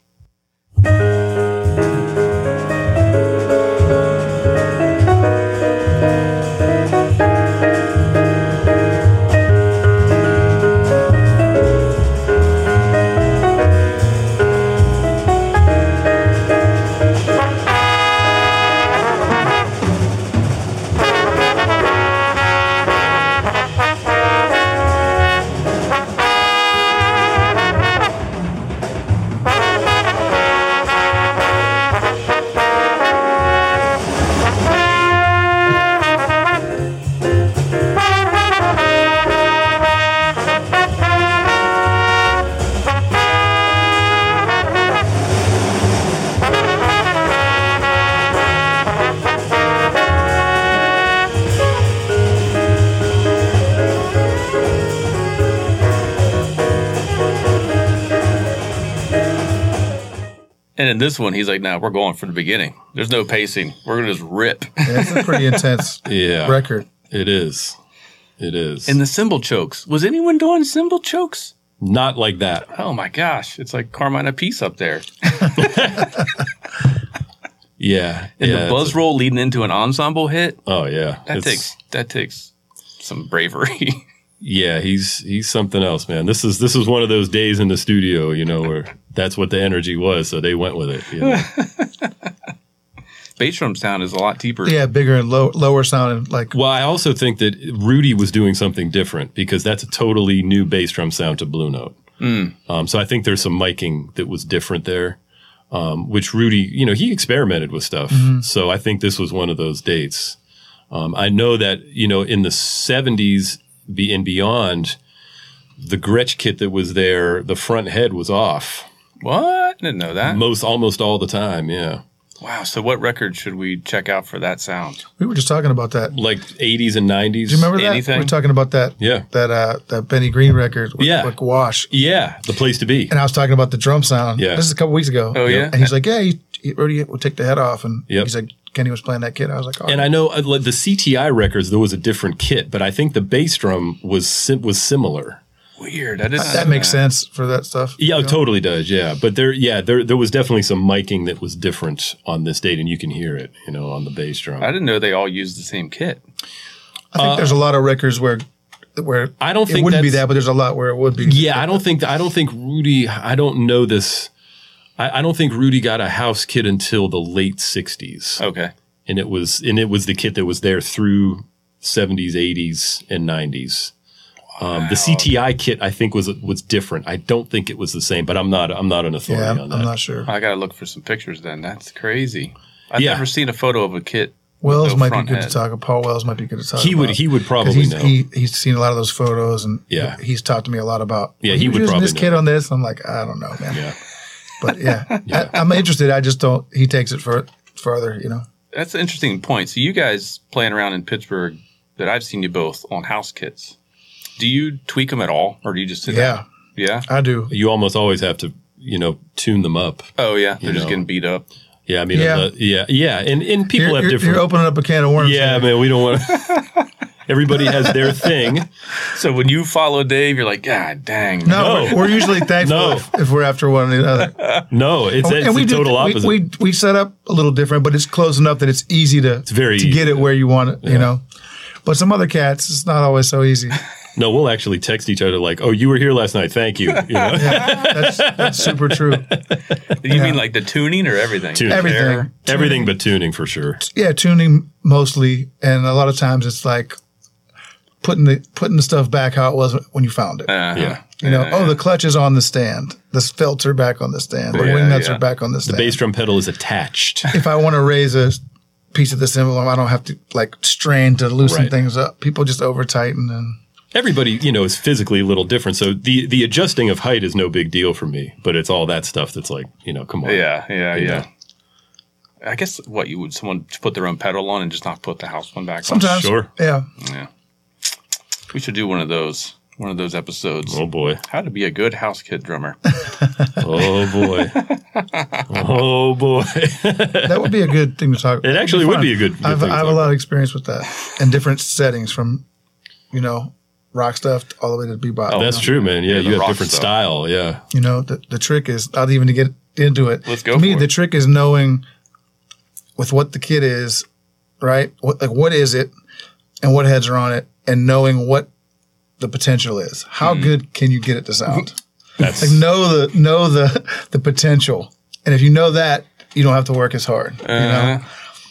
And in this one, he's like, "No, we're going from the beginning. There's no pacing. We're gonna just rip."
Yeah, it's a pretty intense
Yeah,
record.
it is. It is.
and the cymbal chokes. Was anyone doing cymbal chokes?
Not like that.
Oh my gosh, it's like Carmine Apiece up there.
Yeah.
And
yeah,
the
it's
buzz
a-
roll leading into an ensemble hit.
Oh yeah,
That
It's-
takes that takes some bravery.
Yeah, he's he's something else, man. This is this is one of those days in the studio, you know, where that's what the energy was, so they went with it. You know?
Bass drum sound is a lot deeper.
Yeah, bigger and low, lower sounding. Like
well, I also think that Rudy was doing something different because that's a totally new bass drum sound to Blue Note. Um, so I think there's some miking that was different there, um, which Rudy, you know, he experimented with stuff.
Mm-hmm.
So I think this was one of those dates. Um, I know that, you know, in the 70s be- and beyond, the Gretsch kit that was there, the front head was off.
What? Didn't know that.
Most almost all the time, yeah.
Wow. So what record should we check out for that sound?
we were just talking about that. Do
Like 80s and 90s.
you remember that?
Anything?
We are talking about that.
Yeah.
That uh, that Benny Green record. With,
Yeah.
With Wash.
Yeah, the place to be.
And I was talking about the drum sound.
Yeah.
This is a couple weeks ago.
Oh, yeah?
And he's like, yeah, he, he, Rudy will take the head off, and
Yep.
he's like, Kenny was playing that kid. I was like, oh,
And I know uh, like the CTI records there was a different kit, but I think the bass drum was sim- was similar.
Weird. I didn't
that
know
makes sense for that stuff.
Yeah, it
you know?
totally does. Yeah, but there, yeah, there there was definitely some miking that was different on this date, and you can hear it, you know, on the bass drum.
I
I,
didn't know they all used the same kit.
I think there's a lot of records where where
don't
it
think
wouldn't be
that's-
that, but there's a lot where it would be.
Yeah, I don't think I don't think Rudy. I don't know this. I, I don't think Rudy got a house kit until the late '60s,
Okay.
and it was and it was the kit that was there through '70s, '80s, and '90s. Um, the CTI kit, I think, was was different. I don't think it was the same, but I'm not I'm not an authority
Yeah, I'm,
on that.
I'm not sure.
I gotta look for some pictures. Then that's crazy. I've
Yeah.
never seen a photo of a kit. with
Wells
no
might be
front
good
head.
to talk. about. Paul Wells might be good to talk.
He would-
about.
he would
'Cause
probably
he's,
know.
He, he's seen a lot of those photos, and
Yeah.
he's talked to me a lot about.
Yeah,
"Well,
he
you
would
were using
probably
this kid
know.
on this. I'm like, I don't know, man.
Yeah.
But yeah, I, I'm interested. I just don't. He takes it for further, you know.
That's an interesting point. So you guys playing around in Pittsburgh, that I've seen you both on house kits. Do you tweak them at all, or do you just sit
Yeah,
down? yeah?
I do.
You almost always have to, you know, tune them up.
Oh yeah, they're
You
just
know.
getting beat up.
Yeah, I mean,
Yeah.
yeah, yeah, yeah. And and people
You're,
have
you're- you're
different.
opening up a can of worms.
yeah,
here.
man, we don't want. to. Everybody has their thing.
So when you follow Dave, you're like, God dang. man."
No,
No.
We're, we're usually thankful
No.
if, if we're after one another.
No, it's, it's the
do-
total opposite.
We, we we set up a little different, but it's close enough that it's easy to
very
to
easy,
get it where you want it. You know, but some other cats, it's not always so easy.
no, we'll actually text each other like, "Oh, you were here last night. Thank you." you know?
That's, that's super true.
you mean like the tuning or everything?
Tuning.
Everything.
Air?
Everything but tuning for sure.
Yeah, tuning mostly, and a lot of times it's like putting the putting the stuff back how it was when you found it.
Uh-huh.
Yeah.
you know, oh, the clutch is on the stand. The filter back on the stand. The
Yeah,
wing nuts
yeah.
are back on the stand.
Bass drum pedal is attached.
if I want to raise a piece of this envelope, I don't have to like strain to loosen
Right.
things up. People just over tighten and
Everybody, you know, is physically a little different, so the the adjusting of height is no big deal for me. But it's all that stuff that's like, you know, come on.
Yeah, yeah,
You
yeah. I guess what you would someone to put their own pedal on and just not put the house one back
sometimes,
Sure.
yeah.
on. We should do one of those, one of those episodes.
Oh boy.
How to be a good house kit drummer.
Oh boy. oh boy.
That would be a good thing to talk.
It actually would be a good- good
I've,
thing to
I have a
talk
lot of experience with that in different settings, from you know rock stuff all the way to bebop.
Oh,
That's true, man. Yeah,
Yeah, the
you have
rock
different
stuff.
style. Yeah.
You know, the, the trick is not even to get into it.
Let's go
To me,
for it.
the trick is knowing with what the kid is, right? What, like, what is it, and what heads are on it, and knowing what the potential is.
Mm-hmm.
How good can you get it to sound?
That's
like know the know the the potential, and if you know that, you don't have to work as hard. You
Uh-huh.
know,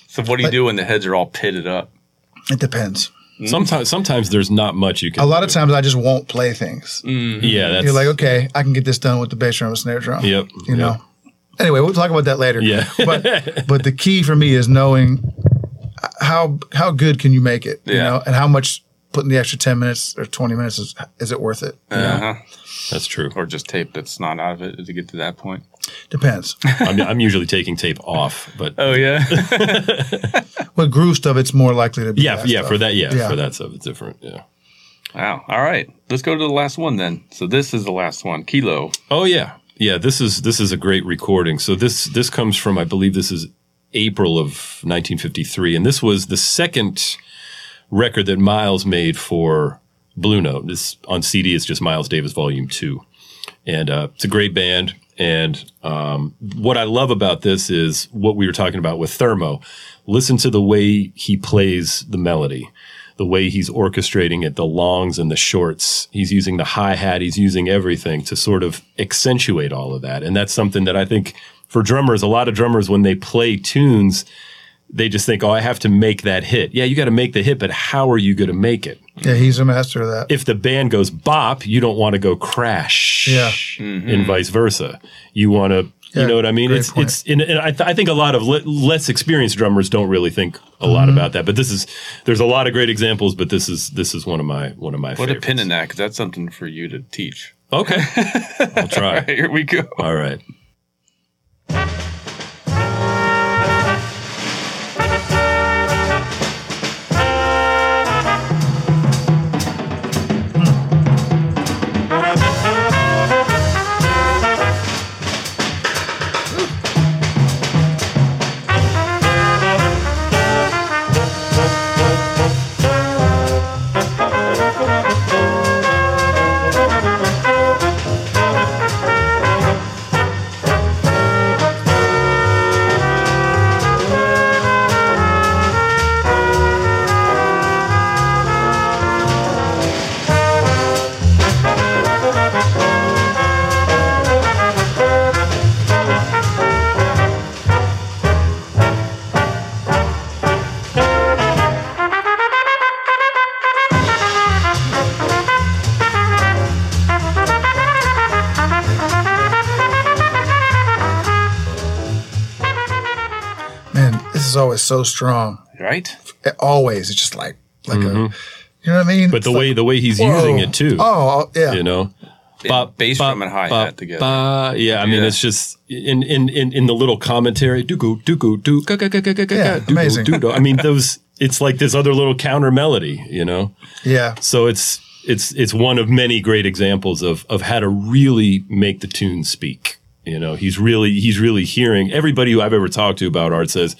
So what do you do when the heads are all pitted up?
it depends.
sometimes sometimes there's not much you can
A lot of times, I just won't play things.
Yeah, that's
Oh, You're like, okay, I can get this done with the bass drum and snare drum.
Yep,
You know. Anyway, we'll talk about that later.
Yeah.
but but the key for me is knowing how how good can you make it, you
Yeah.
know, and how much putting the extra ten minutes or twenty minutes is is it worth it?
Uh-huh.
that's true.
Or just tape that's not out of it to get to that point.
Depends.
I'm, I'm usually taking tape off, but
Oh yeah.
With groove stuff, it's more likely to be.
yeah, yeah,
stuff.
for that, yeah,
Yeah.
for that stuff, it's different. Yeah.
wow. All right. Let's go to the last one then. So this is the last one. Kilo.
Oh yeah, yeah. This is this is a great recording. So this this comes from I believe this is April of 1953, and this was the second record that Miles made for Blue Note. This on CD is just Miles Davis Volume Two, and uh, it's a great band. And um, what I love about this is what we were talking about with Thermo. Listen to the way he plays the melody the way he's orchestrating it, the longs and the shorts. He's using the hi hat, he's using everything to sort of accentuate all of that. And that's something that I think for drummers, a lot of drummers, when they play tunes, they just think, oh, I have to make that hit. Yeah, you got to make the hit, but how are you going to make it?
Yeah, he's a master of that.
If the band goes bop, you don't want to go crash.
Yeah.
Mm-hmm.
And vice versa. You want to.
Yeah,
You know what I mean?
great
It's
point.
it's and, and I, th- I think a lot of le- less experienced drummers don't really think a lot
Mm-hmm.
about that. But this is there's a lot of great examples. But this is this is one of my one of my
Put a
favorites.
pin in that because that's something for you to teach.
Okay, I'll try.
Here we go.
All right.
Thank
is always so strong.
right?
It always, it's just like like a, you know what I mean?
Mm-hmm. But the way the way he's
Whoa.
using it too,
oh yeah,
you know.
bass drum and hi-hat together.
ba. yeah, I mean,
Yeah.
it's just in in in, in the little commentary, doo doo doo doo ga ga ga ga ga ga
Yeah,
ga, doo-goo,
amazing.
doo-doo. I mean, those it's like this other little counter melody, you know.
yeah.
So it's it's it's one of many great examples of of how to really make the tune speak. You know, he's really he's really hearing everybody who I've ever talked to about art says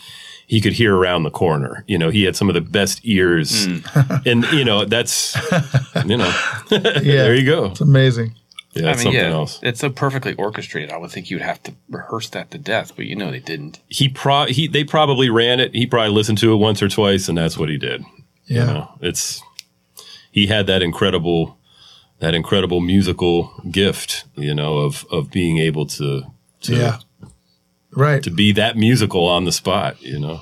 he could hear around the corner. You know, he had some of the best ears,
Mm.
and you know that's you know there you go.
It's amazing.
Yeah, it's
I mean,
something
yeah,
else.
it's so perfectly orchestrated. I would think you'd have to rehearse that to death, but you know they didn't.
He pro he they probably ran it. He probably listened to it once or twice, and that's what he did.
Yeah.
You know, it's he had that incredible that incredible musical gift, you know, of of being able to to
yeah. Right.
to be that musical on the spot, you know.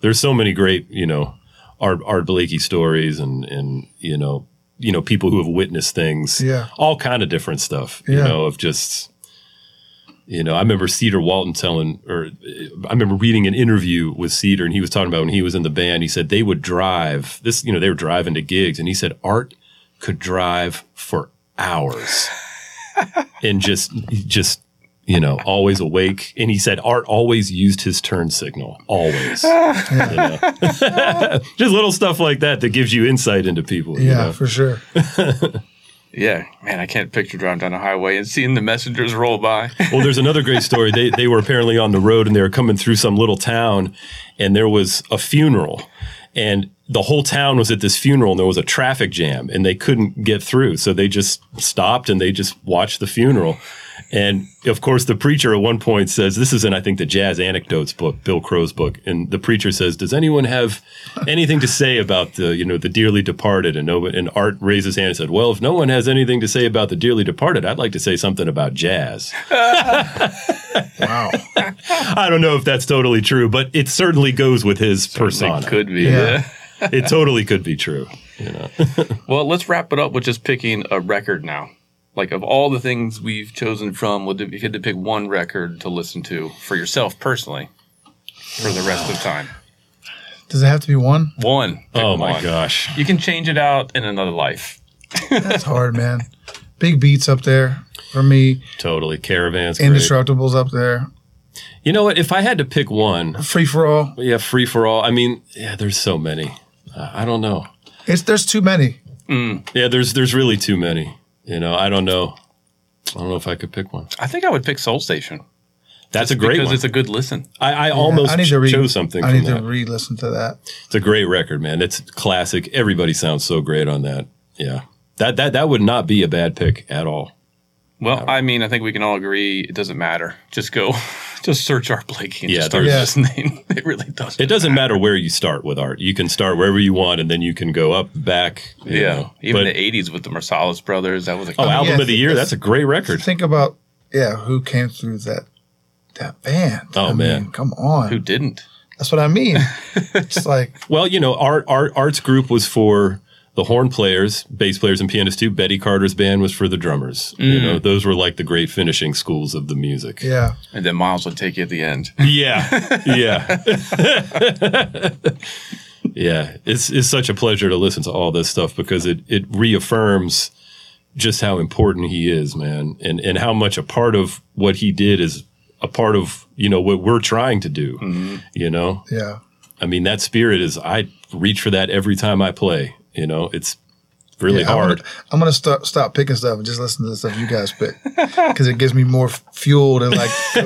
There's so many great, you know, Art Art Blakey stories and and you know, you know, people who have witnessed things.
Yeah.
All kind of different stuff, you
Yeah.
know, of just you know, I remember Cedar Walton telling, or uh, I remember reading an interview with Cedar, and he was talking about when he was in the band. He said they would drive this, you know, they were driving to gigs, and he said Art could drive for hours and just just you know always awake and he said art always used his turn signal always You know? just little stuff like that that gives you insight into people you
yeah,
know?
for sure.
Yeah, man, I can't picture driving down a highway and seeing the messengers roll by.
well there's another great story they, they were apparently on the road and they were coming through some little town and there was a funeral and the whole town was at this funeral and there was a traffic jam and they couldn't get through so they just stopped and they just watched the funeral and of course the preacher at one point says this is in i think the jazz anecdotes book bill crow's book and the preacher says does anyone have anything to say about the you know the dearly departed and no and art raised his hand and said well if no one has anything to say about the dearly departed i'd like to say something about jazz
Wow.
I don't know if that's totally true, but it certainly goes with his persona.
It could be.
Yeah.
It totally could be true.
Well, let's wrap it up with just picking a record now. Like of all the things we've chosen from, would if you had to pick one record to listen to for yourself personally for the rest of time,
Does it have to be one?
one. Pick
oh my
one.
gosh.
You can change it out in another life.
That's hard, man. Big beats up there for me.
Totally. Caravans. Great.
Indestructibles up there.
You know what? If I had to pick one,
Free for all.
yeah, free for all. I mean, yeah, there's so many. Uh, I don't know.
It's there's too many.
Yeah, there's there's really too many. You know, I don't know. I don't know if I could pick one.
I think I would pick Soul Station.
That's a great
because
one.
it's a good listen.
I I almost
I need to re-
chose something
I
from
need
that.
to re-listen to that.
It's a great record, man. It's classic. Everybody sounds so great on that. Yeah. That that that would not be a bad pick at all.
Well, I mean, I think we can all agree it doesn't matter. Just go, just search our Blakey and
Yeah,
just start
there's-
listening. It really doesn't.
It doesn't matter where you start with art. You can start wherever you want, and then you can go up, back. you
yeah,
know.
even
But-
the '80s with the Marsalis brothers. That was a
oh, album
Yeah,
of the year.
that's-
That's a great record.
Think about yeah, who came through that that band.
Oh,
I
man.
mean, come
who
on.
didn't?
That's what I mean. it's like
Well, you know, art, art arts group was for the horn players, bass players, and pianists too. Betty Carter's band was for the drummers.
Mm.
You know, those were like the great finishing schools of the music.
yeah.
And then Miles would take you at the end.
Yeah. Yeah. yeah. It's it's such a pleasure to listen to all this stuff because it it reaffirms just how important he is, man, and and how much a part of what he did is a part of, you know, what we're trying to do. You know?
Yeah.
I mean, that spirit is I reach for that every time I play, you know. It's really
I'm
hard.
Gonna, I'm gonna stop stop picking stuff and just listen to the stuff you guys pick because it gives me more f- fuel to like go,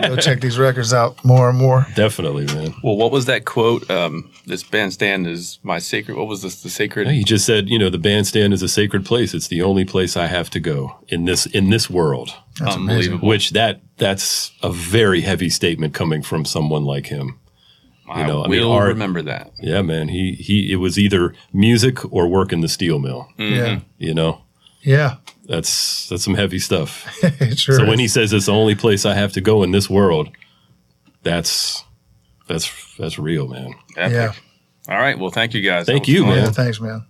go check these records out more and more.
Definitely, man.
Well, what was that quote? Um, this bandstand is my sacred. What was this? The sacred.
He just said, you know, the bandstand is a sacred place. It's the only place I have to go in this in this world.
unbelievable.
which that that's a very heavy statement coming from someone like him.
I
know, I mean,
will
art-
remember that.
Yeah, man, he he it was either music or work in the steel mill,
Mm.
Yeah,
you know.
yeah,
That's that's some heavy stuff.
it sure.
So when
is.
he says it's the only place I have to go in this world, that's that's that's real, man.
Epic.
yeah,
All right. Well, thank you guys.
Thank
That was
you,
fun.
man.
yeah, thanks, man.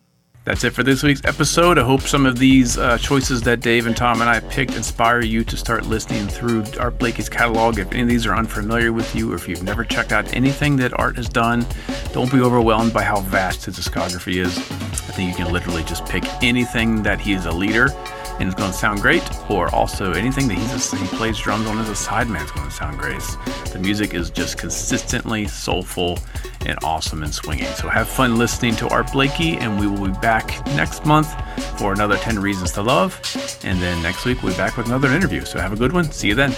That's it for this week's episode. I hope some of these uh, choices that Dave and Tom and I picked inspire you to start listening through Art Blakey's catalog. If any of these are unfamiliar with you, or if you've never checked out anything that Art has done, don't be overwhelmed by how vast his discography is. I think you can literally just pick anything that he is a leader and it's going to sound great, or also anything that he just he plays drums on as a sideman is going to sound great. The music is just consistently soulful and awesome and swinging. So have fun listening to Art Blakey, and we will be back next month for another 10 Reasons to Love. And then next week, we'll be back with another interview. So have a good one. See you then.